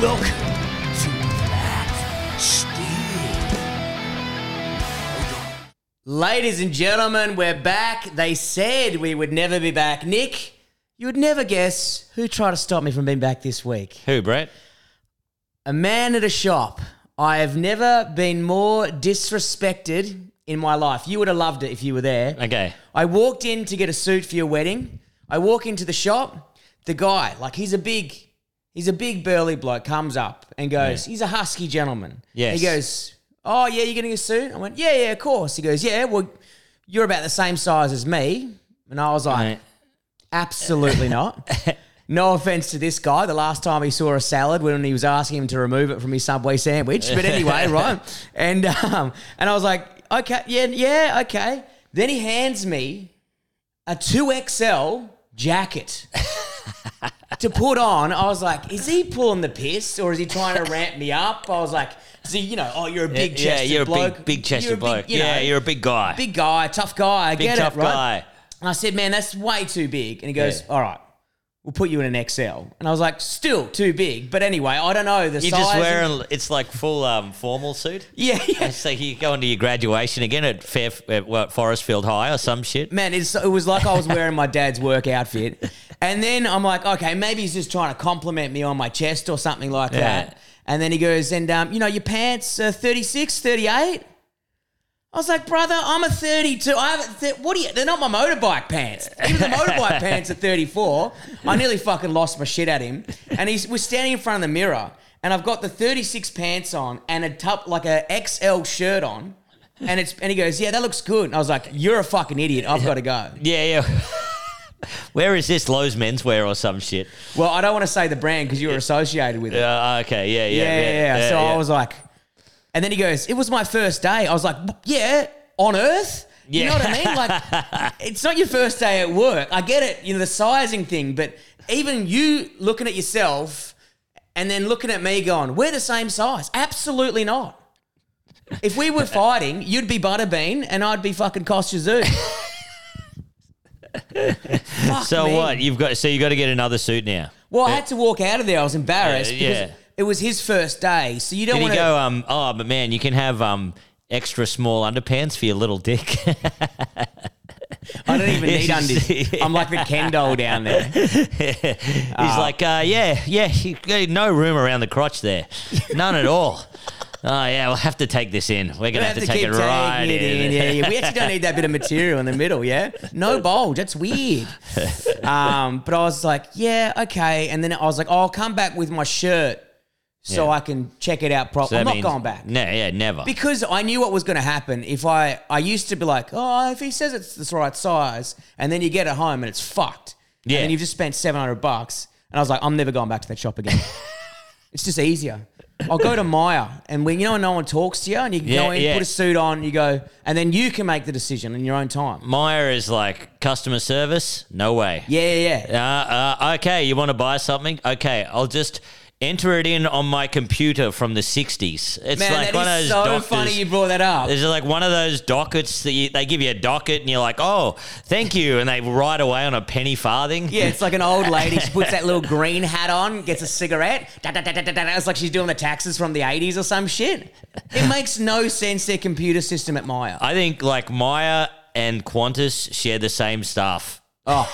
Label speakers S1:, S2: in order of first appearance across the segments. S1: Welcome to Matt Steve.
S2: Ladies and gentlemen, we're back. They said we would never be back. Nick, you would never guess who tried to stop me from being back this week.
S3: Who, Brett?
S2: A man at a shop. I have never been more disrespected in my life. You would have loved it if you were there.
S3: Okay.
S2: I walked in to get a suit for your wedding. I walk into the shop. The guy, like he's a big, he's a big burly bloke, comes up and goes, he's a husky gentleman.
S3: Yes.
S2: He goes, oh yeah, you're getting a suit? I went, yeah, yeah, of course. He goes, yeah, well, you're about the same size as me. And I was like,
S3: Mate.
S2: absolutely not. No offense to this guy. The last time he saw a salad when he was asking him to remove it from his Subway sandwich. But anyway, right? And um, and I was like, okay, yeah, yeah, okay. Then he hands me a 2XL jacket to put on. I was like, is he pulling the piss or is he trying to ramp me up? I was like, see, you know, oh, you're a big
S3: yeah,
S2: chested
S3: you're a
S2: bloke.
S3: big, big chested
S2: You're a big,
S3: bloke.
S2: you know,
S3: yeah, you're a big guy.
S2: big guy, tough guy. I
S3: Big
S2: get
S3: tough
S2: it, right?
S3: guy.
S2: And I said, man, that's way too big. And he goes,
S3: Yeah.
S2: all right, we'll put you in an XL. And I was like, still too big. But anyway, I don't know the
S3: You're
S2: size.
S3: just wearing it's like full um, formal suit.
S2: yeah, yeah.
S3: It's like you go into your graduation again at Fair at what, Forestfield High or some shit.
S2: Man, it's, it was like I was wearing my dad's work outfit. And then I'm like, okay, maybe he's just trying to compliment me on my chest or something like
S3: Yeah.
S2: that. And then he goes, and um, you know, your pants are 36, 38? I was like, brother, I'm a 32. I haven't th- what are you? They're not my motorbike pants. Even the motorbike pants are 34. I nearly fucking lost my shit at him. And he's we're standing in front of the mirror, and I've got the 36 pants on and a top like a XL shirt on. And it's and he goes, yeah, that looks good. And I was like, you're a fucking idiot. I've got to go.
S3: Yeah, yeah. Where is this Lowe's menswear or some shit?
S2: Well, I don't want to say the brand because you were associated with it.
S3: Uh, okay, yeah, yeah,
S2: yeah,
S3: yeah.
S2: yeah, yeah. So I was like, and then he goes, "It was my first day." I was like, "Yeah, on Earth." You
S3: Yeah.
S2: know what I mean? Like, it's not your first day at work. I get it, you know, the sizing thing, but even you looking at yourself and then looking at me going, we're the same size. Absolutely not. If we were fighting, you'd be Butterbean and I'd be fucking Kostya Fuck
S3: So
S2: me.
S3: what? You've got so you got to get another suit now.
S2: Well, I had to walk out of there. I was embarrassed
S3: Yeah,
S2: because
S3: yeah.
S2: it was his first day. So you don't
S3: Did he
S2: want to
S3: go? Um. Oh, but man, you can have um extra small underpants for your little dick.
S2: I don't even
S3: Yeah,
S2: need
S3: you
S2: undies.
S3: see.
S2: I'm like the Ken doll down there.
S3: He's like, uh, yeah, yeah, you- you- no room around the crotch there, none at all. Oh yeah, we'll have to take this in. We're gonna have, to, take it right
S2: taking
S3: in.
S2: Yeah, yeah. We actually don't need that bit of material in the middle. Yeah, no bulge. That's weird. Um, but I was like, yeah, okay. And then I was like, oh, I'll come back with my shirt so
S3: Yeah.
S2: I can check it out properly.
S3: So that
S2: I'm not
S3: means-
S2: going back.
S3: No, yeah, never.
S2: Because I knew what was going to happen if I I used to be like, oh, if he says it's the right size, and then you get it home and it's fucked,
S3: Yeah.
S2: and then you've just spent seven hundred bucks, and I was like, I'm never going back to that shop again. it's just easier. I'll go to Maya, and when you know when no one talks to you, and you can go
S3: Yeah,
S2: in,
S3: yeah.
S2: put a suit on, you go, and then you can make the decision in your own time.
S3: Maya is like customer service. No way.
S2: Yeah, yeah, yeah.
S3: Uh, uh, okay, you want to buy something? Okay, I'll just enter it in on my computer from the '60s. It's
S2: Man,
S3: like
S2: that
S3: one
S2: is
S3: of those
S2: so
S3: doctors.
S2: funny you brought that up.
S3: There's like one of those dockets that you, they give you a docket and you're like, oh, thank you. And they write away on a penny farthing.
S2: Yeah, it's like an old lady. She puts that little green hat on, gets a cigarette. Da, da, da, da, da, da. It's like she's doing the taxes from the 80s or some shit. It makes no sense, their computer system at Maya.
S3: I think like Maya and Qantas share the same stuff.
S2: Oh,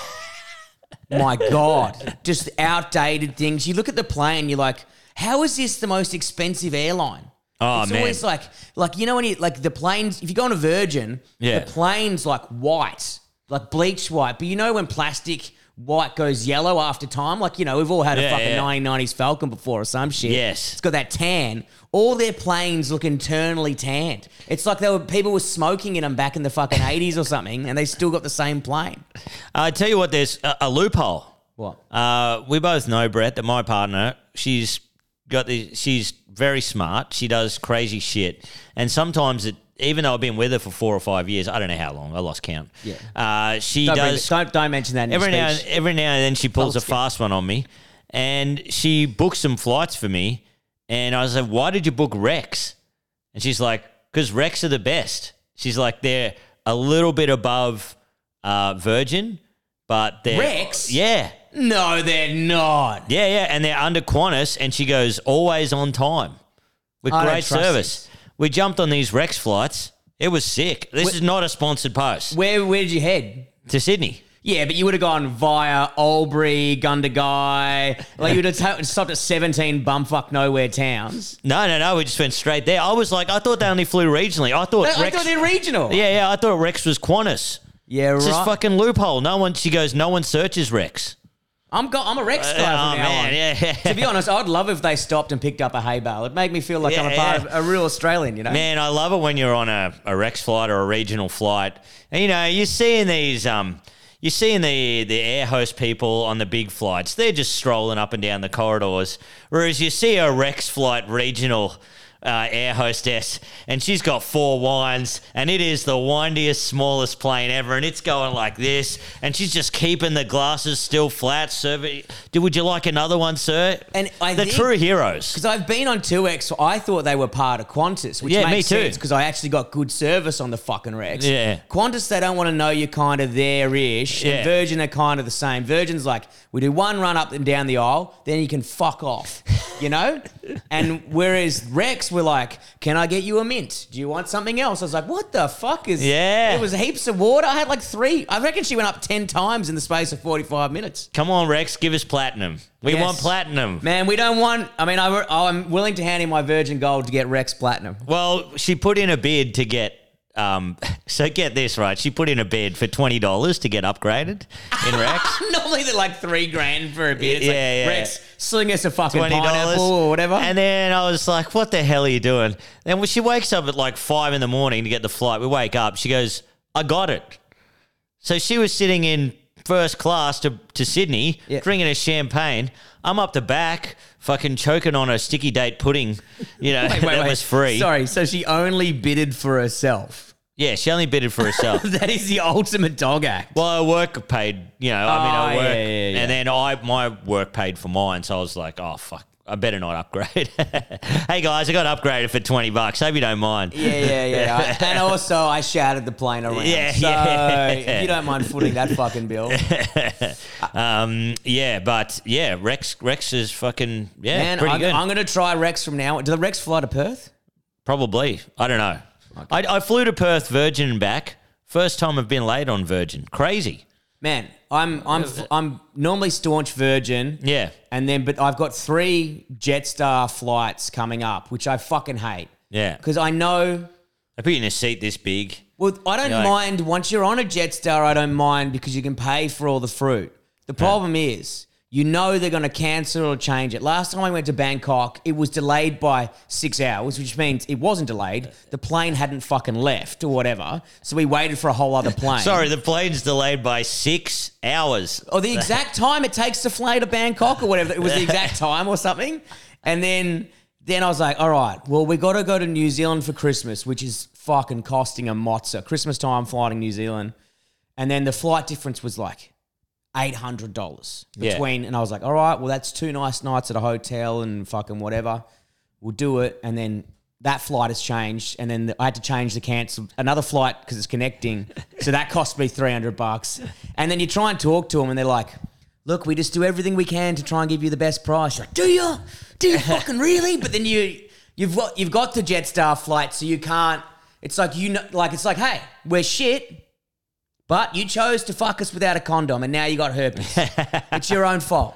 S2: My God. Just outdated things. You look at the plane, you're like, how is this the most expensive airline?
S3: Oh,
S2: it's
S3: man.
S2: always like, like you know when you like the planes. If you go on a Virgin,
S3: Yeah.
S2: the plane's like white, like bleach white. But you know when plastic white goes yellow after time, like you know we've all had a
S3: Yeah,
S2: fucking
S3: yeah.
S2: 1990s Falcon before or some shit.
S3: Yes.
S2: it's got that tan. All their planes look internally tanned. It's like they were people were smoking in them back in the fucking 80s or something, and they still got the same plane.
S3: I tell you what, there's a, a loophole.
S2: What?
S3: Uh, we both know, Brett, that my partner, she's got the, she's very smart. She does crazy shit. And sometimes it, even though I've been with her for four or five years, I don't know how long, I lost count.
S2: Yeah.
S3: Uh, she
S2: Don't, bring-
S3: does
S2: don't, don't mention that. In
S3: every
S2: your
S3: now and,
S2: speech.
S3: every now and then she pulls a
S2: Bolts, Oh, yeah.
S3: fast one on me, and she books some flights for me. And I was like, "Why did you book Rex?" And she's like, "Because Rex are the best." She's like, "They're a little bit above uh, Virgin, but they're
S2: Rex?
S3: yeah."
S2: No, they're not.
S3: Yeah, yeah, and they're under Qantas, and she goes always on time with
S2: I don't
S3: great
S2: trust
S3: service. We jumped on these Rex flights. It was sick. This is not a sponsored post
S2: Where where did you head?
S3: to Sydney.
S2: Yeah, but you would have gone via Albury, Gundagai. Like you would have ta- stopped at seventeen bumfuck nowhere towns.
S3: No, no, no. We just went straight there. I was like, I thought they only flew regionally. I thought
S2: I, I
S3: Rex.
S2: thought they're regional.
S3: yeah, yeah. I thought Rex was Qantas.
S2: yeah,
S3: It's
S2: right.
S3: just fucking loophole. No one. She goes. No one searches Rex.
S2: I'm go- I'm a Rex guy
S3: oh
S2: from now
S3: man,
S2: on.
S3: yeah.
S2: To be honest, I'd love if they stopped and picked up a hay bale. It'd make me feel like I'm a
S3: Yeah,
S2: part
S3: yeah.
S2: of a real Australian. You know.
S3: Man, I love it when you're on a, a Rex flight or a regional flight. And you know, you're seeing these um you're seeing the the air host people on the big flights. They're just strolling up and down the corridors. Whereas you see a Rex flight regional uh, air hostess, and she's got four wines, and it is the windiest, smallest plane ever, and it's going like this, and she's just keeping the glasses still flat. Serving, do would you like another one, sir?
S2: And I
S3: the
S2: think-
S3: true heroes.
S2: Because I've been on 2X, so I thought they were part of Qantas, which
S3: Yeah, me
S2: makes
S3: too.
S2: sense because I actually got good service on the fucking Rex.
S3: Yeah.
S2: Qantas, they don't want to know you're kind of there ish.
S3: Yeah.
S2: And Virgin are kind of the same. Virgin's like, we do one run up and down the aisle, then you can fuck off, you know? and whereas Rex were like, can I get you a mint? Do you want something else? I was like, what the fuck is.
S3: Yeah.
S2: It was heaps of water. I had like three. I reckon she went up 10 times in the space of 45 minutes.
S3: Come on, Rex, give us platinum. We
S2: Yes.
S3: want platinum.
S2: Man, we don't want. I mean, I, I'm willing to hand in my Virgin Gold to get Rex Platinum.
S3: Well, she put in a bid to get. Um, so get this right. She put in a bid for twenty dollars to get upgraded in Rex.
S2: Normally they're like three grand for a beer. It's
S3: Yeah,
S2: like,
S3: yeah.
S2: Rex, sling us a fucking
S3: Twenty dollars
S2: pineapple or whatever.
S3: And then I was like, "What the hell are you doing?" Then when she wakes up at like five in the morning to get the flight, we wake up. She goes, "I got it." So she was sitting in first class to to Sydney,
S2: Yeah.
S3: drinking a champagne. I'm up the back, fucking choking on a sticky date pudding. You know that was free.
S2: Sorry, so she only bidded for herself.
S3: Yeah, she only bidded for herself.
S2: That is the ultimate dog act.
S3: Well, I work paid, you know, I mean, I
S2: Oh, yeah,
S3: work,
S2: yeah, yeah.
S3: and then I my work paid for mine, so I was like, oh fuck, I better not upgrade. hey guys, I got upgraded for twenty bucks. Hope you don't mind.
S2: Yeah, yeah, yeah. I- and also, I shouted the plane around.
S3: Yeah,
S2: so
S3: yeah.
S2: if you don't mind footing that fucking bill,
S3: Um, yeah, but yeah, Rex Rex is fucking yeah,
S2: man,
S3: pretty
S2: I'm,
S3: good.
S2: I'm gonna try Rex from now. on. Do the Rex fly to Perth?
S3: Probably, I don't know. I, I flew to Perth Virgin and back. First time I've been late on Virgin. Crazy.
S2: Man, I'm I'm I'm normally staunch Virgin.
S3: Yeah.
S2: And then, but I've got three Jetstar flights coming up, which I fucking hate.
S3: Yeah.
S2: Because I know,
S3: I put you in a seat this big.
S2: well, I don't
S3: You're like-
S2: mind. Once you're on a Jetstar, I don't mind because you can pay for all the fruit. The problem is, you know they're going to cancel or change it. Last time I went to Bangkok, it was delayed by six hours, which means it wasn't delayed. The plane hadn't fucking left or whatever. So we waited for a whole other plane.
S3: Sorry, the plane's delayed by six hours.
S2: or Oh, the exact time it takes to fly to Bangkok or whatever. It was the exact time or something. And then then I was like, all right, well, we got to go to New Zealand for Christmas, which is fucking costing a mozza. Christmas time flying to New Zealand. And then the flight difference was like $800
S3: Yeah.
S2: between. And I was like, all right, well, that's two nice nights at a hotel and fucking whatever. We'll do it. And then that flight has changed. And then I had to change the cancel another flight because it's connecting. so that cost me 300 bucks. And then you try and talk to them and they're like, look, we just do everything we can to try and give you the best price. You're like, do you? Do you fucking really? But then you, you've got, you've got the Jetstar flight. So you can't, it's like, you know, like, it's like, hey, we're shit. But you chose to fuck us without a condom, and now you got herpes. it's your own fault.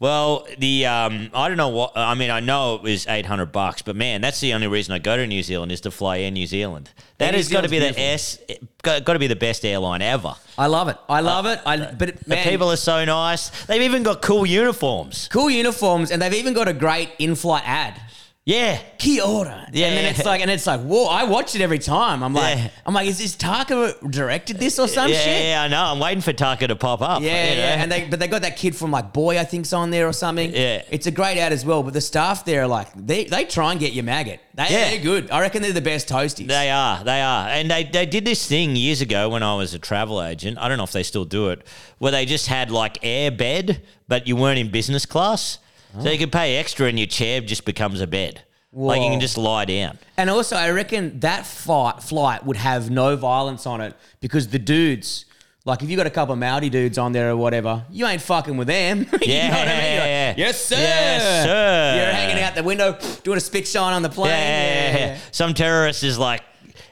S3: Well, the um, I don't know what I mean. I know it was eight hundred bucks, but man, that's the only reason I go to New Zealand is to fly Air New Zealand. That
S2: New
S3: has got to be the
S2: Zealand's
S3: S, got, got to be the best airline ever.
S2: I love it. I love it. I but it-
S3: Uh, The
S2: man,
S3: people are so nice. They've even got cool uniforms.
S2: cool uniforms, and they've even got a great in-flight ad.
S3: Yeah,
S2: Kia ora.
S3: Yeah,
S2: and then
S3: yeah.
S2: it's like, and it's like, whoa! I watch it every time. I'm like,
S3: Yeah.
S2: I'm like, is this Taka directed this or some
S3: yeah, eh?
S2: shit?
S3: yeah. I know. I'm waiting for Taka to pop up.
S2: Yeah,
S3: you know.
S2: yeah, and they but they got that kid from like Boy, I think's on there or something.
S3: Yeah.
S2: it's a great ad as well. But the staff there are like they they try and get your maggot. They,
S3: Yeah.
S2: they're good. I reckon they're the best toasties.
S3: They are, they are, and they they did this thing years ago when I was a travel agent. I don't know if they still do it, where they just had like air bed, but you weren't in business class, so you could pay extra, and your chair just becomes a bed. Like you
S2: Whoa.
S3: can just lie down.
S2: And also, I reckon that fight, flight would have no violence on it because the dudes, Like if you got a couple of Maori dudes on there or whatever, you ain't fucking with them. you
S3: Yeah,
S2: know what I mean? You're like,
S3: yeah.
S2: yes, sir.
S3: Yes, sir.
S2: You're hanging out the window doing a spit shine on the plane.
S3: yeah, yeah, yeah. Some terrorist is like,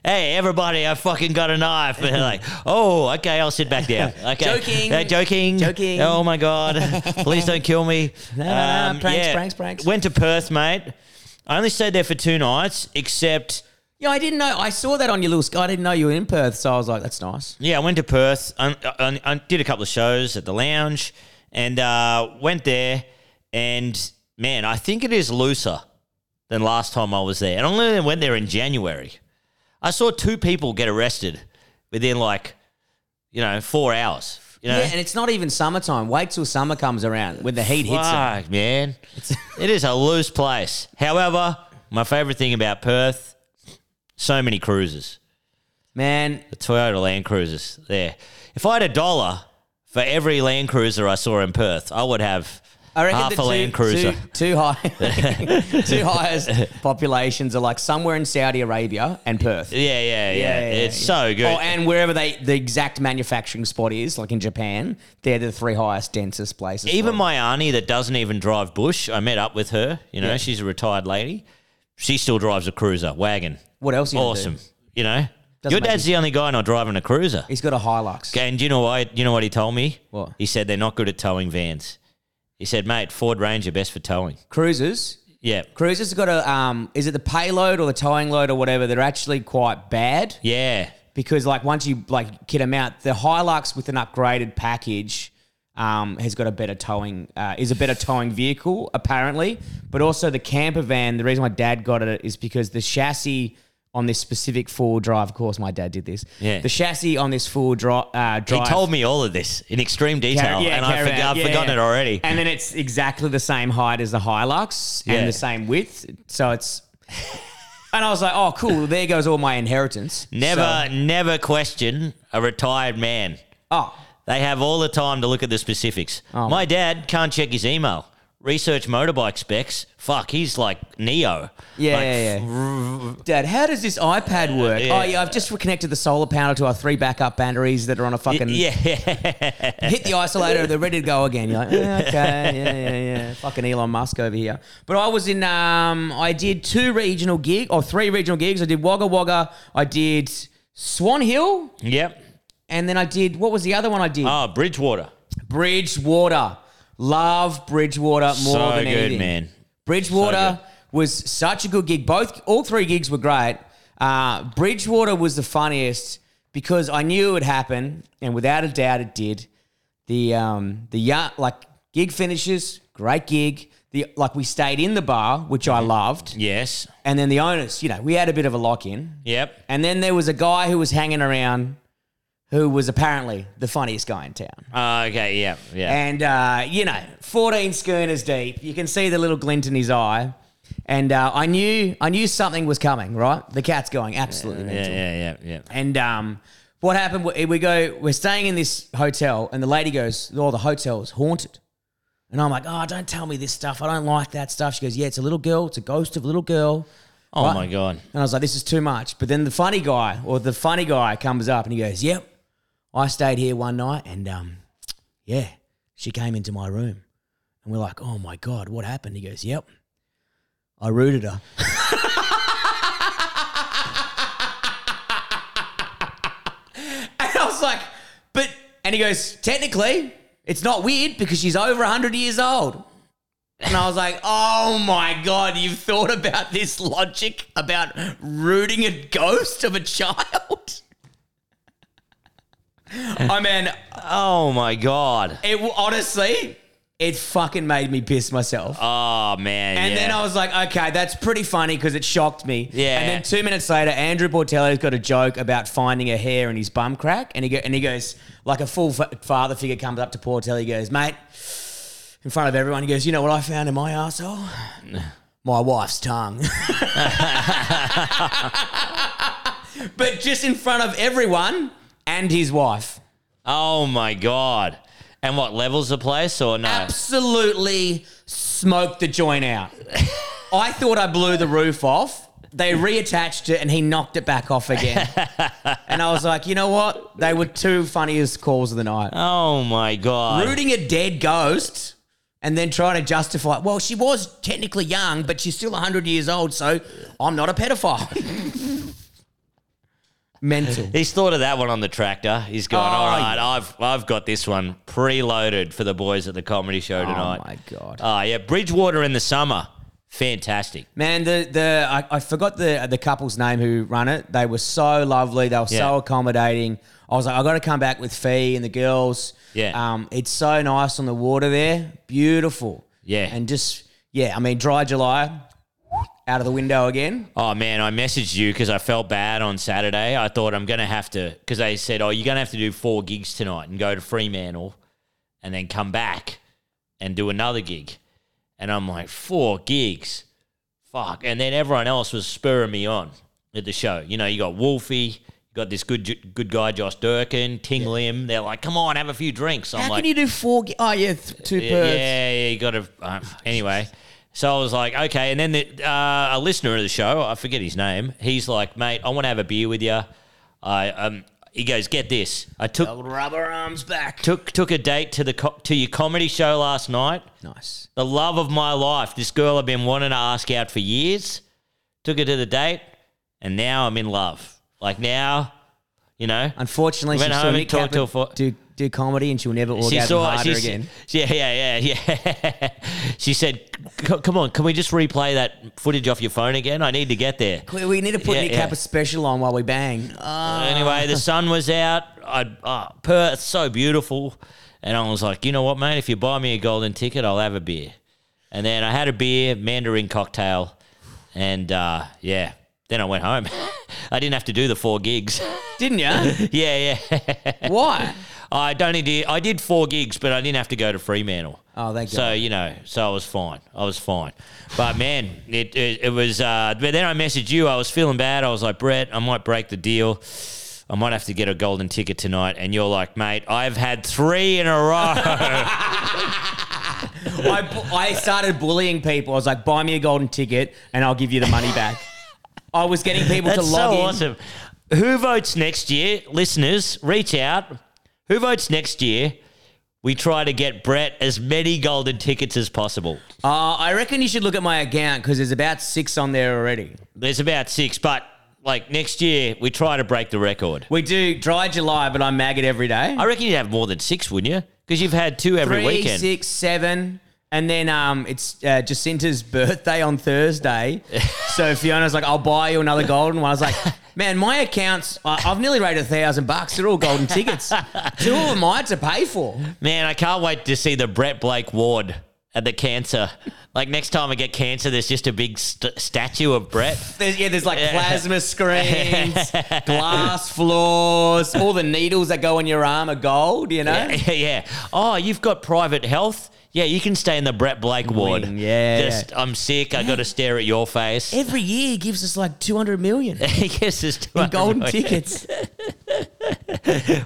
S3: hey, everybody, I fucking got a knife. And they're like, oh, okay, I'll sit back down. Okay.
S2: Joking.
S3: Uh, joking.
S2: Joking.
S3: Oh, my God. Please don't kill me. Um,
S2: No, no, no. Pranks, pranks, pranks.
S3: Went to Perth, mate. I only stayed there for two nights, except,
S2: Yeah, I didn't know. I saw that on your little sky. I didn't know you were in Perth, so I was like, that's nice.
S3: yeah, I went to Perth. I, I, I did a couple of shows at the lounge and uh, went there. And man, I think it is looser than last time I was there. And I only went there in January. I saw two people get arrested within like, you know, four hours. You know,
S2: Yeah, and it's not even summertime. Wait till summer comes around when the heat hits it.
S3: Fuck, man. it is a loose place. However, my favorite thing about Perth, so many cruises.
S2: Man,
S3: The Toyota Land Cruisers there. If I had a dollar for every Land Cruiser I saw in Perth, I would have
S2: I reckon
S3: half
S2: the
S3: a Land
S2: two,
S3: Cruiser.
S2: Two, two high, two highest populations are like somewhere in Saudi Arabia and Perth.
S3: Yeah, yeah, yeah, It's so good.
S2: Oh, and wherever they the exact manufacturing spot is, like in Japan, they're the three highest densest places.
S3: even
S2: for it.
S3: my auntie that doesn't even drive bush, I met up with her. You know, she's a retired lady. She still drives a cruiser wagon.
S2: what else? You gonna do?
S3: Awesome. You know,
S2: Doesn't
S3: your
S2: make
S3: dad's the only guy not driving a cruiser.
S2: He's got a Hilux.
S3: And do you know why? You know what he told me?
S2: What?
S3: He said they're not good at towing vans. He said, mate, Ford Ranger best for towing.
S2: Cruisers.
S3: Yeah.
S2: Cruisers have got a um. Is it the payload or the towing load or whatever? They're actually quite bad.
S3: Yeah.
S2: because like once you like kit them out, the Hilux with an upgraded package um, has got a better towing uh, is a better towing vehicle apparently, but also the camper van. The reason my dad got it is because the chassis on this specific four drive. Of course, my dad did this.
S3: Yeah.
S2: the chassis on this four dri- uh, drive.
S3: He told me all of this in extreme detail,
S2: Car- yeah,
S3: and I
S2: caravan,
S3: forgot, I've
S2: yeah,
S3: forgotten
S2: yeah.
S3: it already.
S2: And then it's exactly the same height as the Hilux
S3: Yeah.
S2: and the same width. So it's. And I was like, oh, cool. There goes all my inheritance.
S3: Never,
S2: So-
S3: never question a retired man.
S2: oh,
S3: They have all the time to look at the specifics. My dad can't check his email. Research motorbike specs. Fuck, he's like Neo.
S2: Yeah,
S3: Like,
S2: yeah, yeah. Dad, how does this iPad work?
S3: Yeah.
S2: Oh, yeah, I've just reconnected the solar panel to our three backup batteries that are on a fucking.
S3: Yeah.
S2: Hit the isolator, they're ready to go again. You're like, "Yeah, okay, yeah, yeah, yeah. Fucking Elon Musk over here. But I was in, um, I did two regional gig or three regional gigs. I did Wagga Wagga, I did Swan Hill,
S3: yep.
S2: and then I did, what was the other one I did?
S3: Oh, Bridgewater.
S2: Bridgewater. Love Bridgewater more
S3: so
S2: than
S3: good,
S2: anything.
S3: man. So
S2: Bridgewater was such a good gig. Both all three gigs were great. Uh, Bridgewater was the funniest because I knew it would happen, and without a doubt, it did. The um the ya- like gig finishes, great gig. The like we stayed in the bar, which I loved,
S3: Yes.
S2: and then the owners, you know, we had a bit of a lock in,
S3: Yep.
S2: and then there was a guy who was hanging around, who was apparently the funniest guy in town.
S3: Uh, okay. Yeah. Yeah.
S2: And, uh, you know, 14 schooners deep. You can see the little glint in his eye. And uh, I knew I knew something was coming, right? The cat's going absolutely
S3: yeah.
S2: mental.
S3: Yeah. Yeah. Yeah.
S2: And um, what happened? we- We go, we're staying in this hotel, and the lady goes, "Oh, the hotel's haunted." And I'm like, "Oh, don't tell me this stuff. I don't like that stuff." She goes, "Yeah, it's a little girl. It's a ghost of a little girl."
S3: Oh
S2: Right?
S3: my god.
S2: And I was like, this is too much. But then the funny guy or the funny guy comes up and he goes, yep, I stayed here one night and um, yeah, she came into my room. And we're like, oh my God, what happened? He goes, yep, I rooted her. and I was like, but, and he goes, technically, it's not weird because she's over 100 years old. And I was like, oh my God, you've thought about this logic about rooting a ghost of a child? I mean,
S3: Oh my god.
S2: it honestly, it fucking made me piss myself.
S3: Oh man.
S2: And
S3: yeah.
S2: then I was like, okay, that's pretty funny because it shocked me.
S3: Yeah.
S2: And then two minutes later, Andrew Portello's got a joke about finding a hair in his bum crack, and he go, and he goes like a full fa- father figure comes up to Portello, he goes, mate, in front of everyone, he goes, you know what I found in my arsehole? My wife's tongue. but just in front of everyone and his wife.
S3: Oh my god. And what levels the place or no?
S2: absolutely smoked the joint out. I thought I blew the roof off. They reattached it and he knocked it back off again. and I was like, you know what? They were two funniest calls of the night.
S3: Oh my god.
S2: Rooting a dead ghost and then trying to justify, well, she was technically young, but she's still 100 years old, so I'm not a pedophile. Mental.
S3: He's thought of that one on the tractor. He's gone.
S2: Oh,
S3: All right, I've I've got this one preloaded for the boys at the comedy show tonight.
S2: Oh my God.
S3: Oh yeah, Bridgewater in the summer, fantastic.
S2: Man, the the I, I forgot the the couple's name who run it. They were so lovely. They were
S3: Yeah.
S2: so accommodating. I was like, I got to come back with Fee and the girls.
S3: Yeah.
S2: Um, it's so nice on the water there. Beautiful.
S3: Yeah.
S2: And just yeah, I mean, dry July, out of the window again.
S3: Oh man, I messaged you because I felt bad on Saturday. I thought I'm gonna have to because they said, "Oh, you're gonna have to do four gigs tonight and go to Fremantle, and then come back and do another gig." And I'm like, four gigs, fuck. And then everyone else was spurring me on at the show. You know, you got Wolfie, you got this good j- good guy Josh Durkin, Ting Lim. They're like, "Come on, have a few drinks." I'm
S2: How
S3: like,
S2: can you do four? Ge- oh yeah, th- two
S3: yeah,
S2: per.
S3: Yeah, yeah, you got to. Um, anyway, so I was like, okay. And then the, uh, a listener of the show, I forget his name, he's like, mate, I want to have a beer with you. I um, he goes, get this. I took
S2: Rubber arms back.
S3: took took a date to the co- to your comedy show last night.
S2: Nice.
S3: The love of my life, this girl I've been wanting to ask out for years. Took her to the date, and now I'm in love. Like now, you know.
S2: Unfortunately,
S3: Went
S2: she
S3: home
S2: saw
S3: and
S2: Nick
S3: talked to
S2: Capper
S3: her for-
S2: do do comedy, and she'll never orgasm harder
S3: she,
S2: again.
S3: she- yeah, yeah, yeah, yeah. she said, "C- "Come on, can we just replay that footage off your phone again? I need to get there."
S2: We- We need to put
S3: Yeah,
S2: Nick
S3: yeah.
S2: Capper special on while we bang. Oh.
S3: Anyway, the sun was out. I oh, Perth, so beautiful, and I was like, "You know what, mate? If you buy me a golden ticket, I'll have a beer." And then I had a beer, Mandarin cocktail, and uh, yeah. Then I went home. I didn't have to do the four gigs.
S2: Didn't you?
S3: yeah, yeah.
S2: Why?
S3: I don't need to. I did four gigs, but I didn't have to go to Fremantle.
S2: Oh, thank
S3: So you know, so I was fine. I was fine. But man, it it, it was. Uh, but then I messaged you. I was feeling bad. I was like, Brett, I might break the deal. I might have to get a golden ticket tonight. And you're like, mate, I've had three in a row.
S2: I, bu- I started bullying people. I was like, buy me a golden ticket and I'll give you the money back. I was getting people to
S3: That's so
S2: log in.
S3: awesome. Who votes next year, listeners? Reach out. Who votes next year? We try to get Brett as many golden tickets as possible.
S2: Uh, I reckon you should look at my account because there's about six on there already.
S3: There's about six, but like next year, we try to break the record.
S2: We do dry July, but I mag it every day.
S3: I reckon you'd have more than six, wouldn't you? Because you've had two Oh, every
S2: Three,
S3: weekend.
S2: six, seven. And then um, it's uh, Jacinta's birthday on Thursday. so Fiona's like, I'll buy you another golden one. I was like, man, my accounts, I I've nearly rated a thousand bucks. They're all golden tickets. Two of them I had to pay for.
S3: Man, I can't wait to see the Brett Blake ward at the cancer. like next time I get cancer, there's just a big st- statue of Brett.
S2: There's, yeah, there's like plasma screens, glass floors, all the needles that go on your arm are gold, you know?
S3: yeah, yeah. Oh, you've got private health. Yeah, you can stay in the Brett Blake ward.
S2: Wing, yeah.
S3: Just, I'm sick. I got to stare at your face.
S2: Every year he gives us like 200 million
S3: yes, there's two
S2: in golden tickets.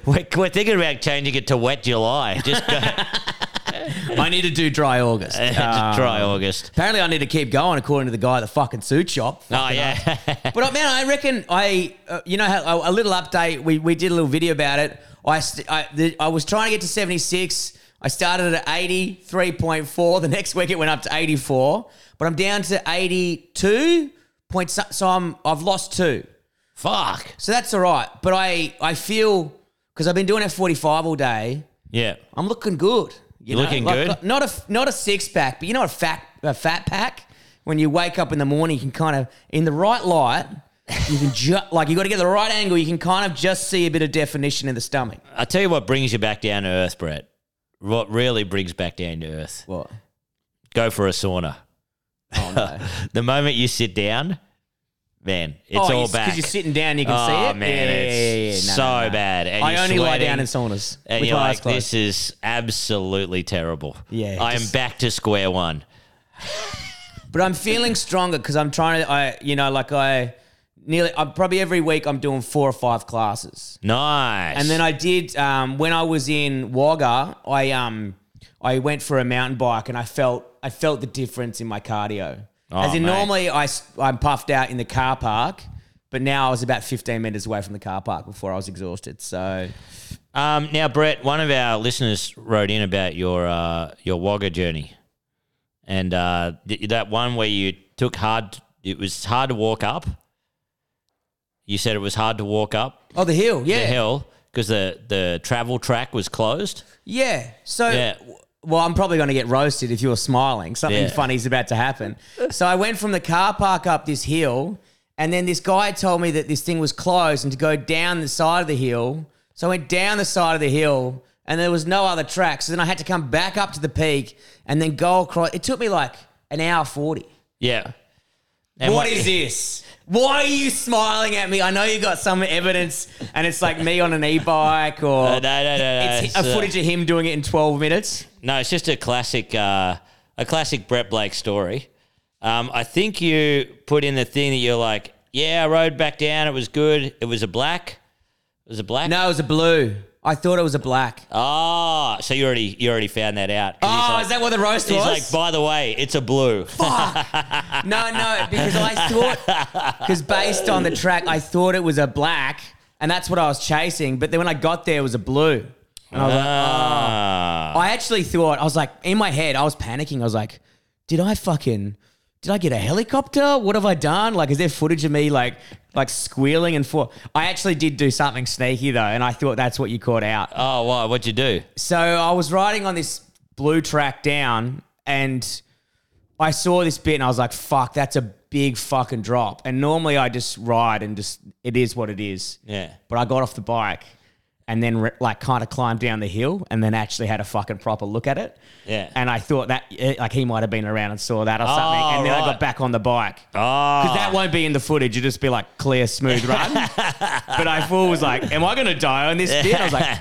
S3: We're, we're thinking about changing it to Wet July. Just go,
S2: I need to do dry August.
S3: just try August.
S2: Apparently, I need to keep going according to the guy at the fucking suit shop.
S3: Oh yeah,
S2: But uh, man, I reckon I, uh, you know, how, a, a little update. We, we did a little video about it. I st- I, the, I was trying to get to seventy six. I started at eighty three point four. The next week it went up to eighty four, but I'm down to eighty two point. So, so I'm I've lost two.
S3: fuck.
S2: So that's all right. But I I feel because I've been doing F forty five all day.
S3: Yeah,
S2: I'm looking good. You
S3: You're looking good?
S2: Not a not a six pack, but you know a fat a fat pack. When you wake up in the morning, you can kind of in the right light. You can ju- like you got to get the right angle. You can kind of just see a bit of definition in the stomach.
S3: I tell you what brings you back down to earth, Brett. What really brings back down to earth?
S2: What?
S3: Go for a sauna.
S2: Oh no!
S3: The moment you sit down, man, it's
S2: Oh,
S3: all back.
S2: because you're sitting down. You can
S3: oh
S2: see it.
S3: man,
S2: Yeah, yeah, yeah, yeah,
S3: it's
S2: yeah. No,
S3: so
S2: no, no.
S3: bad. And
S2: I
S3: you're
S2: only lie
S3: sweating,
S2: down in saunas
S3: And
S2: with
S3: you're
S2: my
S3: like,
S2: eyes closed.
S3: this is absolutely terrible.
S2: Yeah,
S3: I am
S2: just-
S3: back to square one.
S2: but I'm feeling stronger because I'm trying to. I you know like I nearly. I'm probably every week I'm doing four or five classes.
S3: Nice.
S2: And then I did um, when I was in Wagga, I um I went for a mountain bike and I felt I felt the difference in my cardio.
S3: Oh,
S2: As in,
S3: mate.
S2: normally I, s- I'm puffed out in the car park, but now I was about 15 minutes away from the car park before I was exhausted. So
S3: Um, now, Brett, one of our listeners wrote in about your uh, your Wagga journey, and uh, th- that one where you took hard. It was hard to walk up. You said it was hard to walk up
S2: Oh, the hill, yeah,
S3: the hill because the the travel track was closed.
S2: yeah. So,
S3: Yeah.
S2: well, I'm probably going to get roasted if you're smiling. Something
S3: Yeah.
S2: funny's about to happen. so I went from the car park up this hill, and then this guy told me that this thing was closed and to go down the side of the hill. So I went down the side of the hill, and there was no other track. So then I had to come back up to the peak and then go across. It took me like an hour forty.
S3: Yeah. And
S2: What is this? Why are you smiling at me? I know you got some evidence, and it's like me on an e-bike or
S3: No, no, no, no. no,
S2: it's hi- a
S3: uh,
S2: footage of him doing it in 12 minutes.
S3: No, it's just a classic, uh, a classic Brett Blake story. Um, I think you put in the thing that you're like, yeah, I rode back down. It was good. It was a black. It was a black.
S2: No, it was a blue. I thought it was a black. Oh,
S3: Oh, so you already you already found that out. 'Cause he's like,
S2: Ah, is that what the roast
S3: He's like,
S2: was?
S3: by the way, it's a blue.
S2: no, no, because I thought, because based on the track, I thought it was a black, and that's what I was chasing. But then when I got there, it was a blue. And I was like,
S3: Ah.
S2: I actually thought I was like in my head. I was panicking. I was like, "Did I fucking? Did I get a helicopter? What have I done? Like, is there footage of me like like squealing and for? I actually did do something sneaky though, and I thought that's what you caught out.
S3: oh, why? What'd you do?
S2: So I was riding on this blue track down, and I saw this bit, and I was like, "Fuck, that's a big fucking drop." And normally I just ride and just it is what it is.
S3: Yeah.
S2: But I got off the bike. And then, re- like, kind of climbed down the hill, and then actually had a fucking proper look at it.
S3: Yeah.
S2: And I thought that eh, like he might have been around and saw that or something.
S3: Oh,
S2: and then I
S3: right.
S2: got back on the bike.
S3: oh,
S2: Ah. That won't be in the footage. It'll just be like clear, smooth run. but I fool was like, "Am I going to die on this bit?" I was like,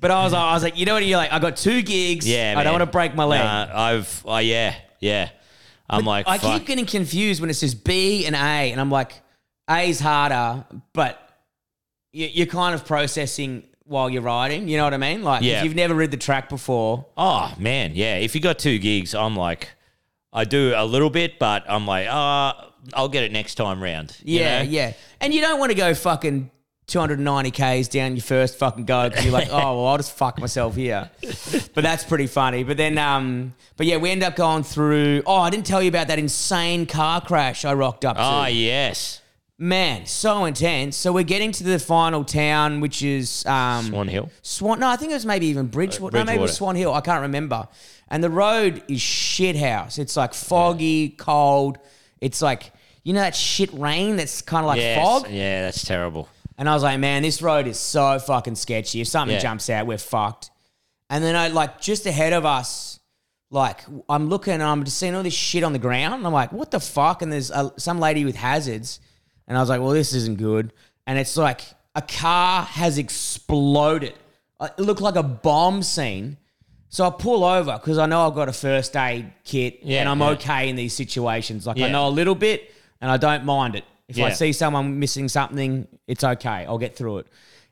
S2: "But I was, like, I was like, you know what? You're like, I got two gigs.
S3: yeah.
S2: I don't
S3: man.
S2: want to break my leg.
S3: Nah, I've. Oh, yeah, yeah. I'm like,
S2: I
S3: fuck.
S2: keep getting confused when it says B and A, and I'm like, A's harder, but you- you're kind of processing while you're riding. You know what I mean? Like,
S3: Yeah.
S2: if you've never read the track before,
S3: Oh man, yeah. If you got two gigs, I'm like, I do a little bit, but I'm like, uh, I'll get it next time round. you
S2: Yeah,
S3: know?
S2: yeah. And you don't want to go fucking 290 Ks down your first fucking go because you're like, oh, well, I'll just fuck myself here. But that's pretty funny. But then, um, but yeah, we end up going through. Oh, I didn't tell you about that insane car crash I rocked up to.
S3: Oh yes,
S2: Man, so intense. So we're getting to the final town, which is um,
S3: Swan Hill.
S2: Swan. No, I think it was maybe even Bridgewater. No, maybe it was
S3: Bridgewater.
S2: Swan Hill. I can't remember. And the road is shit house. It's like foggy, cold. It's like you know that shit rain that's kind of like
S3: Yes.
S2: fog.
S3: Yeah, that's terrible.
S2: And I was like, man, this road is so fucking sketchy. If something
S3: Yeah.
S2: jumps out, we're fucked. And then I like just ahead of us, like I'm looking and I'm just seeing all this shit on the ground. And I'm like, what the fuck? And there's uh some lady with hazards. And I was like, well, this isn't good. And it's like a car has exploded. Uh, It looked like a bomb scene. So I pull over because I know I've got a first aid kit
S3: Yeah,
S2: and I'm
S3: yeah.
S2: okay in these situations. Like I
S3: Yeah.
S2: know a little bit and I don't mind it. If I
S3: Yeah.
S2: see someone missing something, it's okay. I'll get through it.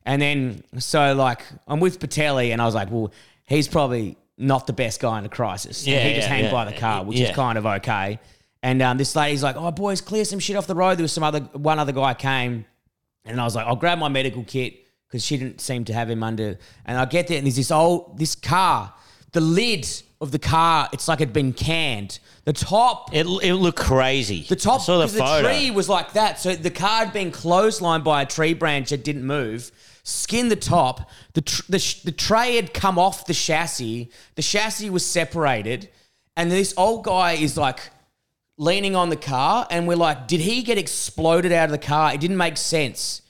S2: And then, so like, I'm with Patelli, and I was like, well, he's probably not the best guy in a crisis. And
S3: Yeah,
S2: he just
S3: yeah,
S2: hang
S3: yeah.
S2: by the car, which
S3: Yeah.
S2: is kind of okay. And um, this lady's like, oh, boys, clear some shit off the road. There was some other, one other guy came, and I was like, I'll grab my medical kit because she didn't seem to have him under. And I get there, and there's this old, this car, the lid of the car, it's like it'd been canned. The top
S3: It it looked crazy.
S2: the top
S3: I saw the
S2: 'cause
S3: photo.
S2: tree was like that. So the car had been clotheslined by a tree branch that didn't move. Skinned the top. The tr- the, sh- the tray had come off the chassis. The chassis was separated, and this old guy is like leaning on the car, and we're like, did he get exploded out of the car? It didn't make sense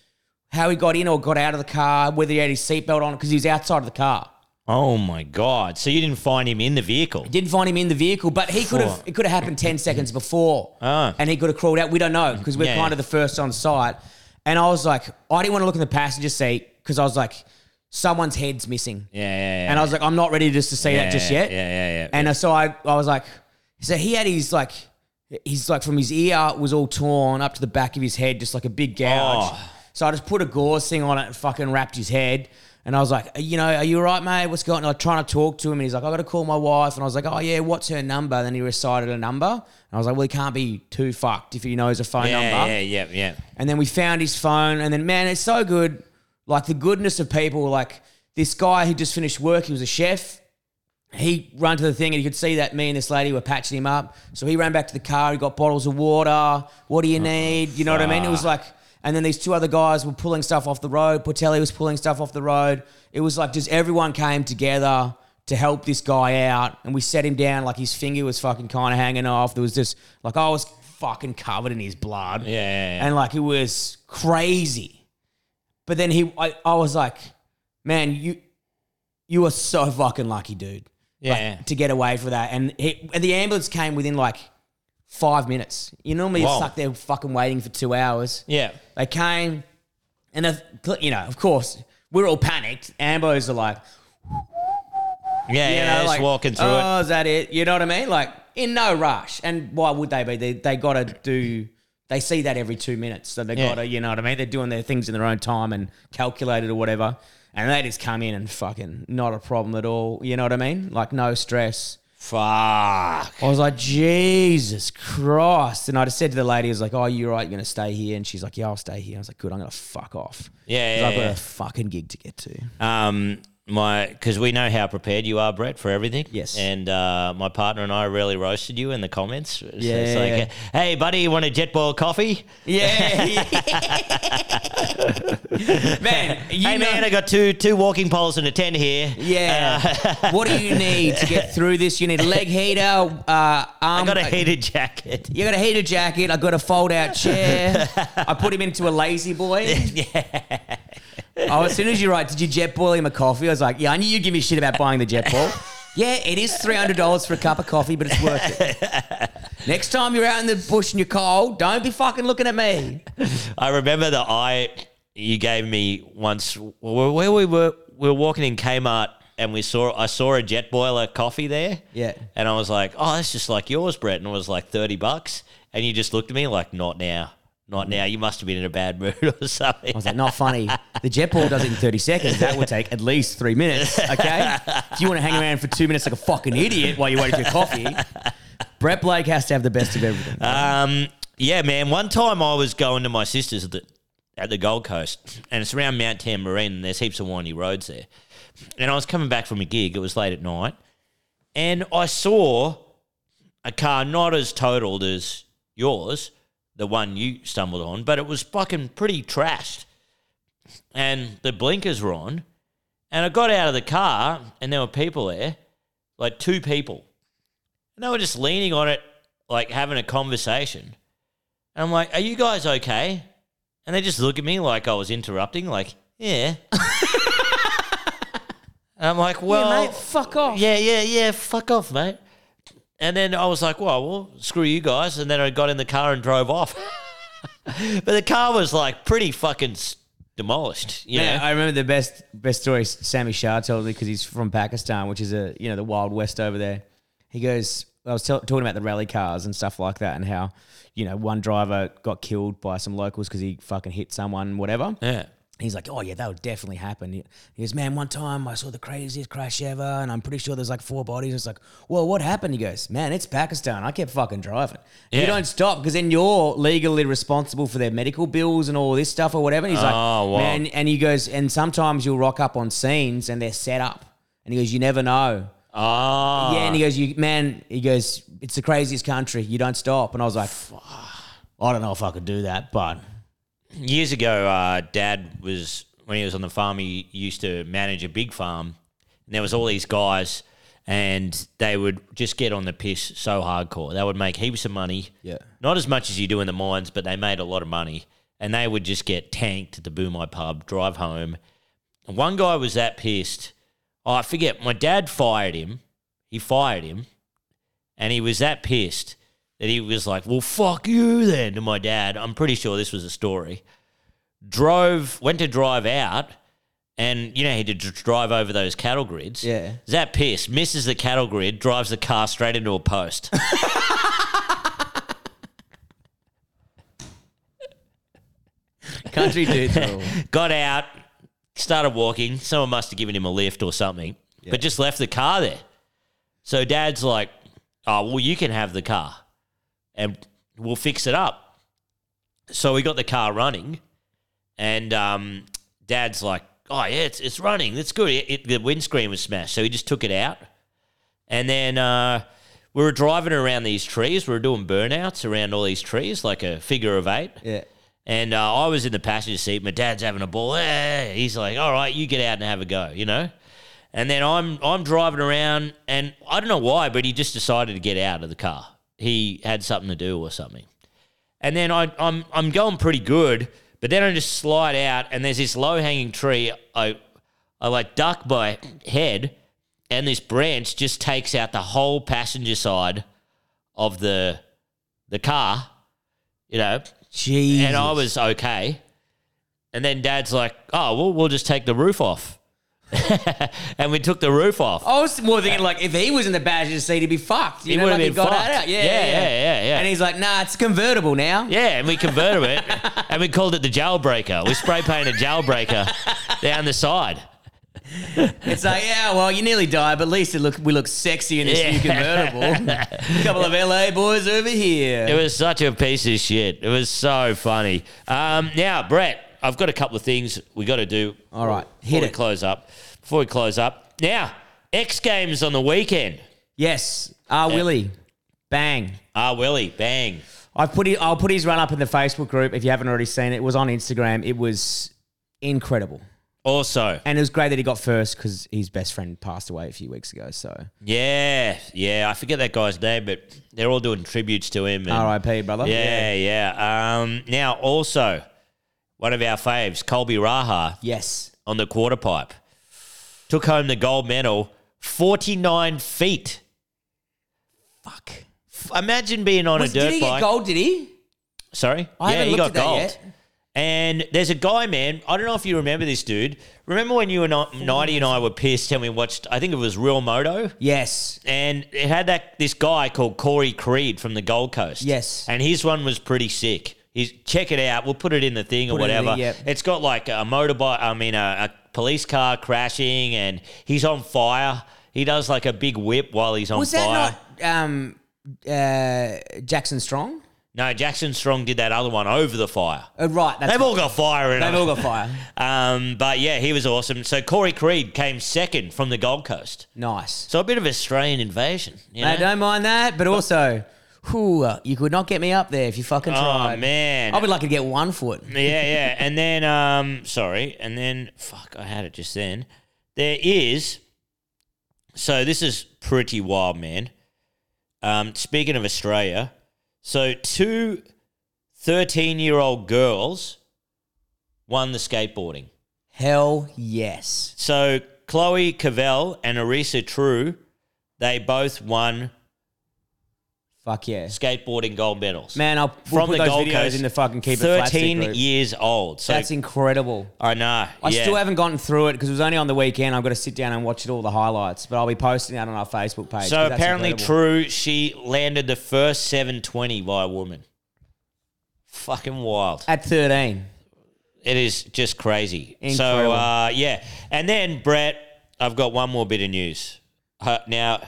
S2: how he got in or got out of the car, whether he had his seatbelt on because he was outside of the car.
S3: Oh my god! So you didn't find him in the vehicle?
S2: Didn't find him in the vehicle, but he could have.
S3: Sure.
S2: It could have happened ten seconds before,
S3: Ah.
S2: and he could have crawled out. We don't know because we're
S3: Yeah,
S2: kind
S3: yeah.
S2: of the first on site. And I was like, I didn't want to look in the passenger seat because I was like, someone's head's missing,
S3: Yeah, yeah, yeah.
S2: and I was like, I'm not ready just to see
S3: yeah,
S2: that just
S3: yeah,
S2: yet.
S3: Yeah, yeah, yeah.
S2: And so I, I was like, so he had his like, he's like from his ear was all torn up to the back of his head, just like a big gouge.
S3: Oh.
S2: So I just put a gauze thing on it and fucking wrapped his head. And I was like, you know, are you all right, mate? What's going on? And I'm trying to talk to him. And he's like, I got to call my wife. And I was like, oh, yeah, what's her number? And then he recited a number. And I was like, well, he can't be too fucked if he knows a phone
S3: yeah,
S2: number.
S3: yeah, yeah, yeah.
S2: And then we found his phone. And then, man, it's so good. Like the goodness of people. Like this guy who just finished work, he was a chef. He ran to the thing and he could see that me and this lady were patching him up. So he ran back to the car. He got bottles of water. What do you need? You know what I mean? It was like, and then these two other guys were pulling stuff off the road. Portelli was pulling stuff off the road. It was like just everyone came together to help this guy out. And we set him down. Like his finger was fucking kind of hanging off. There was just like, I was fucking covered in his blood
S3: Yeah, yeah, yeah.
S2: and like it was crazy. But then he, I, I was like, man, you, you are so fucking lucky, dude.
S3: Yeah,
S2: like,
S3: yeah.
S2: to get away for that, and he, and the ambulance came within like five minutes. You normally
S3: Wow.
S2: stuck there fucking waiting for two hours.
S3: yeah.
S2: They came, and if, you know, of course, we're all panicked. Ambos are like,
S3: Yeah,
S2: you
S3: yeah,
S2: know,
S3: just
S2: like
S3: walking through
S2: oh, is that it? You know what I mean? Like in no rush. And why would they be? They they gotta do. They see that every two minutes, so they
S3: Yeah.
S2: gotta. You know what I mean? They're doing their things in their own time and calculated or whatever. And they just come in and fucking not a problem at all. You know what I mean? Like no stress.
S3: it. Fuck.
S2: I was like, Jesus Christ. And I just said to the lady, I was like, Oh, you're right, you're gonna stay here. And she's like, Yeah, I'll stay here. I was like, Good, I'm gonna fuck off.
S3: Yeah,
S2: 'Cause
S3: yeah,
S2: I've got
S3: yeah.
S2: a fucking gig to get to.
S3: Um, my because we know how prepared you are, Brett, for everything.
S2: Yes.
S3: And uh, my partner and I really roasted you in the comments. So
S2: Yeah.
S3: It's like, hey, buddy, you want a jet boil coffee?
S2: Yeah. man, you
S3: hey,
S2: know,
S3: man, I got two two walking poles and a tent here.
S2: Yeah.
S3: Uh,
S2: what do you need to get through this? You need a leg heater, uh, arm. uh,
S3: I got a heated jacket.
S2: You got a heater jacket. I got a fold out chair. I put him into a lazy boy. yeah. Oh, as soon as you're right, did you jet boil him a coffee? I was like, yeah, I knew you'd give me shit about buying the jet boil. yeah, it is $300 for a cup of coffee, but it's worth it. Next time you're out in the bush and you're cold, don't be fucking looking at me.
S3: I remember the eye you gave me once wh- where we were we were walking in Kmart and we saw I saw a jet boiler coffee there.
S2: Yeah.
S3: And I was like, Oh, that's just like yours, Brett. And it was like thirty bucks. And you just looked at me like, Not now. Not now. You must have been in a bad mood or something.
S2: I was like, not funny. The jet ball does it in 30 seconds. That would take at least three minutes, okay? If you want to hang around for two minutes like a fucking idiot while you wait for your coffee, Brett Blake has to have the best of everything.
S3: Um, yeah, man. One time I was going to my sister's at the, at the Gold Coast, and it's around Mount Tambourine, and there's heaps of windy roads there. And I was coming back from a gig. It was late at night, and I saw a car not as totaled as yours, the one you stumbled on, but it was fucking pretty trashed, and the blinkers were on. And I got out of the car, and there were people there, like two people. And they were just leaning on it, like having a conversation. And I'm like, Are you guys okay? And they just look at me like I was interrupting, like, Yeah. and I'm like, Well,
S2: yeah, mate, fuck off.
S3: yeah, yeah, yeah. Fuck off, mate. And then I was like, well, well, screw you guys. And then I got in the car and drove off. but the car was like pretty fucking s- demolished. You
S2: Man,
S3: know?
S2: I remember the best best story Sammy Shah told me because he's from Pakistan, which is a you know the Wild West over there. He goes, I was tell talking about the rally cars and stuff like that, and how you know one driver got killed by some locals because he fucking hit someone, whatever.
S3: yeah.
S2: He's like, oh yeah, that would definitely happen. He he goes, man, one time I saw the craziest crash ever, and I'm pretty sure there's like four bodies. It's like, well, what happened? He goes, man, it's Pakistan. I kept fucking driving.
S3: Yeah.
S2: You don't stop because then you're legally responsible for their medical bills and all this stuff or whatever. And he's like,
S3: Oh, wow.
S2: man, and he goes, and sometimes you'll rock up on scenes and they're set up, and he goes, you never know.
S3: Oh.
S2: Yeah, and he goes, "You man," he goes, "It's the craziest country. You don't stop." And I was like, "I don't know if I could do that, but
S3: years ago, uh, Dad was when he was on the farm. He used to manage a big farm, and there was all these guys, and they would just get on the piss so hardcore. They would make heaps of money.
S2: Yeah.
S3: not as much as you do in the mines, but they made a lot of money, and they would just get tanked at the Boomai pub, drive home. And one guy was that pissed. Oh, I forget. My dad fired him. He fired him and he was that pissed that he was like, "Well, fuck you then." To my dad, I'm pretty sure this was a story. Drove, went to drive out, and you know he did dr- drive over those cattle grids.
S2: Yeah.
S3: He's that pissed misses the cattle grid, drives the car straight into a post.
S2: country dudes." are all-
S3: Got out, started walking. Someone must have given him a lift or something, but just left the car there. So dad's like, oh, well, you can have the car and we'll fix it up. So we got the car running and um, dad's like, oh, yeah, it's, it's running. That's good. It, it- the windscreen was smashed. So he just took it out. And then uh, we were driving around these trees. We were doing burnouts around all these trees, like a figure of eight.
S4: Yeah.
S3: And uh, I was in the passenger seat. My dad's having a ball. Eh, He's like, "All right, you get out and have a go," you know. And then I'm I'm driving around, and I don't know why, but he just decided to get out of the car. He had something to do or something. And then I, I'm I'm going pretty good, but then I just slide out, and there's this low hanging tree. I I like duck my head, and this branch just takes out the whole passenger side of the the car. You know,
S2: Jesus.
S3: and I was okay. And then dad's like, oh, well, we'll just take the roof off. and we took the roof off.
S2: I was more thinking like if he was in the passenger seat, he'd be fucked. Oh, You
S3: He
S2: know,
S3: would've
S2: like
S3: been
S2: he got
S3: fucked.
S2: that out. Yeah,
S3: Yeah,
S2: yeah,
S3: yeah, yeah, yeah.
S2: And he's like, nah, it's convertible now.
S3: Yeah, and we converted it and we called it the jailbreaker. We spray painted jailbreaker down the side.
S2: It's like, yeah, well, you nearly died, but at least it look we look sexy in this
S3: Yeah.
S2: new convertible. couple of LA boys over here.
S3: It was such a piece of shit. It was so funny. Um, now, Brett, I've got a couple of things we got to do.
S2: All right,
S3: Before
S2: hit
S3: we
S2: it.
S3: close up. Before we close up. Now, X Games on the weekend.
S2: Yes, ah, Willie, bang.
S3: Ah, Willie, bang.
S2: I've put his, I'll put his run up in the Facebook group if you haven't already seen it. It was on Instagram. It was incredible,
S3: Also,
S2: and it was great that he got first because his best friend passed away a few weeks ago. So
S3: Yeah, yeah. I forget that guy's name, but they're all doing tributes to him. and-
S2: R.I.P. brother.
S3: Yeah, yeah. Um, now, also, one of our faves, Colby Raha,
S2: Yes.
S3: on the quarter pipe, took home the gold medal, 49 feet.
S2: Fuck.
S3: F- Imagine being on
S2: Was-
S3: a dirt
S2: did he
S3: bike.
S2: get gold? Did he?
S3: Sorry?
S2: I
S3: yeah,
S2: haven't
S3: he got
S2: looked at that
S3: gold.
S2: yet.
S3: And there's a guy, man. I don't know if you remember this dude. Remember when you and I- Nighty and I were pissed and we watched, I think it was Real Moto?
S2: Yes.
S3: and it had that this guy called Corey Creed from the Gold Coast.
S2: Yes.
S3: and his one was pretty sick. He's check it out. We'll put it in the thing or
S2: Put it in the-
S3: whatever.
S2: yep.
S3: It's got like a motorbike. I mean, a, a police car crashing, and he's on fire. He does like a big whip while he's on
S2: Was
S3: fire.
S2: that not um, uh, Jackson Strong?
S3: no, Jackson Strong did that other one over the fire.
S2: Oh, right. That's
S3: They've
S2: right.
S3: all got fire in
S2: They've
S3: them.
S2: all got fire.
S3: Um, but yeah, he was awesome. So Corey Creed came second from the Gold Coast.
S2: Nice.
S3: So a bit of Australian invasion. You know?
S2: I don't mind that, but also, whew, uh, you could not get me up there if you fucking
S3: oh
S2: tried.
S3: man,
S2: I would like to get one foot.
S3: yeah, yeah. And then, um, sorry. And then, fuck, I had it just then. There is. So this is pretty wild, man. Um, speaking of Australia, so two 13 year old girls won the skateboarding.
S2: Hell yes.
S3: So Chloe Cavell and Arisa True, they both won
S2: Fuck yeah.
S3: skateboarding gold medals.
S2: Man, I'll we'll
S3: From
S2: put
S3: the
S2: those
S3: Gold
S2: videos
S3: Coast,
S2: in the fucking keep it flat
S3: 13
S2: stick group.
S3: years old. So
S2: That's incredible.
S3: I know.
S2: I
S3: yeah.
S2: still haven't gotten through it because it was only on the weekend. I've got to sit down and watch it all the highlights, but I'll be posting that on our Facebook page. 'cause
S3: So
S2: that's
S3: apparently,
S2: incredible.
S3: true. She landed the first 720 by a woman. Fucking wild.
S2: At 13.
S3: It is just crazy. So
S2: Incredible.
S3: uh, yeah, and then Brett, I've got one more bit of news. Uh, now,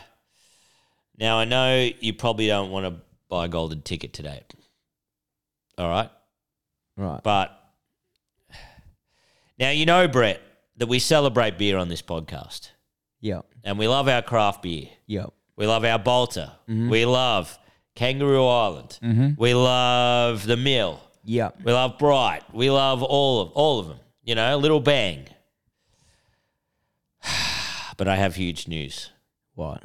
S3: now I know you probably don't want to buy a golden ticket today. All right,
S2: Right.
S3: but now you know Brett that we celebrate beer on this podcast,
S2: Yep.
S3: and we love our craft beer.
S2: Yep.
S3: We love our Bolter. We love Kangaroo Island. We love the Mill.
S2: Yep.
S3: We love Bright. We love all of all of them. You know, Little Bang. but I have huge news.
S2: What?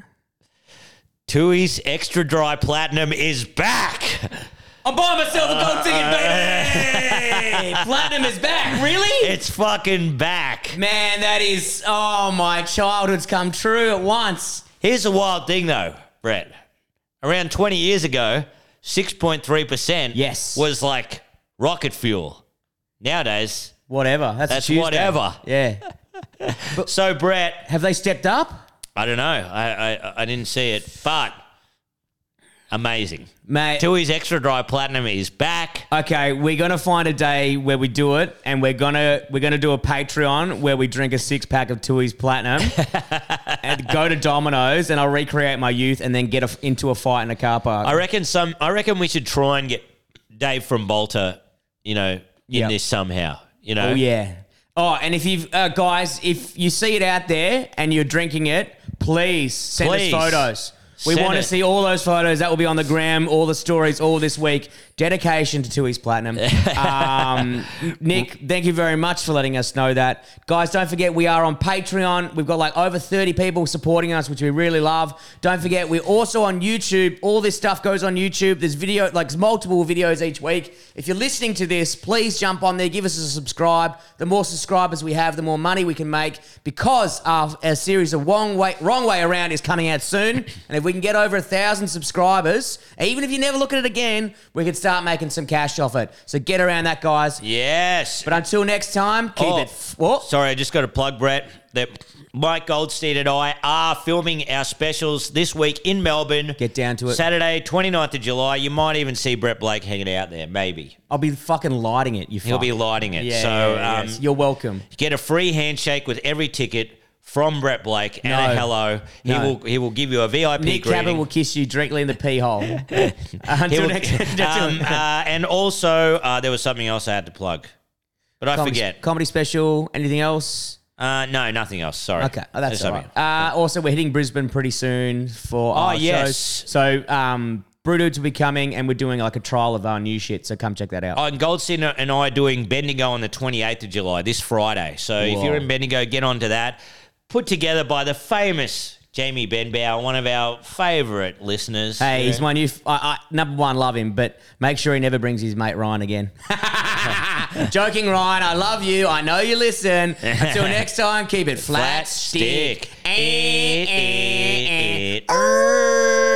S3: Tui's Extra Dry Platinum is back.
S2: I'm buying myself a gold ticket, baby! Platinum is back, really?
S3: It's fucking back.
S2: Man, that is, oh, my childhood's come true at once.
S3: Here's the wild thing, though, Brett. Around 20 years ago, 6.3%
S2: Yes.
S3: was like rocket fuel. Nowadays,
S2: Whatever. That's, a
S3: That's
S2: Tuesday.
S3: whatever.
S2: Yeah.
S3: so Brett,
S2: Have they stepped up?
S3: I don't know. I, I I didn't see it, but Amazing.
S2: Mate.
S3: Tui's extra dry platinum is back.
S2: Okay, we're gonna find a day where we do it, and we're gonna we're gonna do a Patreon where we drink a six pack of Tui's Platinum, and go to Domino's, and I'll recreate my youth, and then get a, into a fight in a car park.
S3: I reckon some. I reckon we should try and get Dave from Bolter. You know, in
S2: Yep.
S3: this somehow. You know.
S2: Oh yeah. Oh, and if you uh, guys, if you see it out there and you're drinking it, please send
S3: Please.
S2: us photos. We
S3: Send
S2: want
S3: it.
S2: to see all those photos. That will be on the gram, all the stories, all this week. Dedication to Tui's Platinum. Um, Nick, thank you very much for letting us know that. Guys, don't forget we are on Patreon. We've got like over 30 people supporting us, which we really love. Don't forget we're also on YouTube. All this stuff goes on YouTube. There's video, like multiple videos each week. If you're listening to this, please jump on there, give us a subscribe. The more subscribers we have, the more money we can make because our, our series of wrong way, wrong way around is coming out soon. And if we can get over a thousand subscribers, even if you never look at it again, we can start making some cash off it. So get around that, guys.
S3: Yes.
S2: But until next time, keep
S3: Oh,
S2: it. F- what?
S3: Sorry, I just got to plug, Brett, that Mike Goldstein and I are filming our specials this week in Melbourne.
S2: Get down to it.
S3: Saturday, 29th of July. You might even see Brett Blake hanging out there, maybe.
S2: I'll be fucking lighting it. You.
S3: He'll
S2: fuck.
S3: be lighting it.
S2: Yeah,
S3: so
S2: yeah, yeah,
S3: um,
S2: yes. you're welcome.
S3: get a free handshake with every ticket from Brett Blake and a
S2: No.
S3: hello. He
S2: No.
S3: will he will give you a VIP
S2: Nick
S3: greeting.
S2: Cabot will kiss you directly in the pee hole. Uh,
S3: He
S2: until
S3: will-
S2: next. until-
S3: um, uh, and also, uh, there was something else I had to plug, but I
S2: comedy,
S3: forget.
S2: comedy special. Anything else?
S3: Uh, no, nothing else. Sorry.
S2: Okay, oh, that's
S3: There's
S2: all
S3: something
S2: right. Uh, also, we're hitting Brisbane pretty soon for our
S3: Oh, yes.
S2: shows. So, um, Brew Dudes will be coming, and we're doing like a trial of our new shit. So come check that out.
S3: Oh, and Goldstein and I are doing Bendigo on the 28th of July, this Friday. So if
S2: Whoa.
S3: you're in Bendigo, get onto that. Put together by the famous Jamie Benbow, one of our favourite listeners.
S2: hey, he's my new f- I, I, number one. Love him, but make sure he never brings his mate Ryan again. Joking, Ryan. I love you. I know you listen. Until next time, keep it
S3: flat
S2: flat,
S3: stick.
S2: Eh, eh, eh,
S3: Eh,
S2: eh.
S3: eh, eh.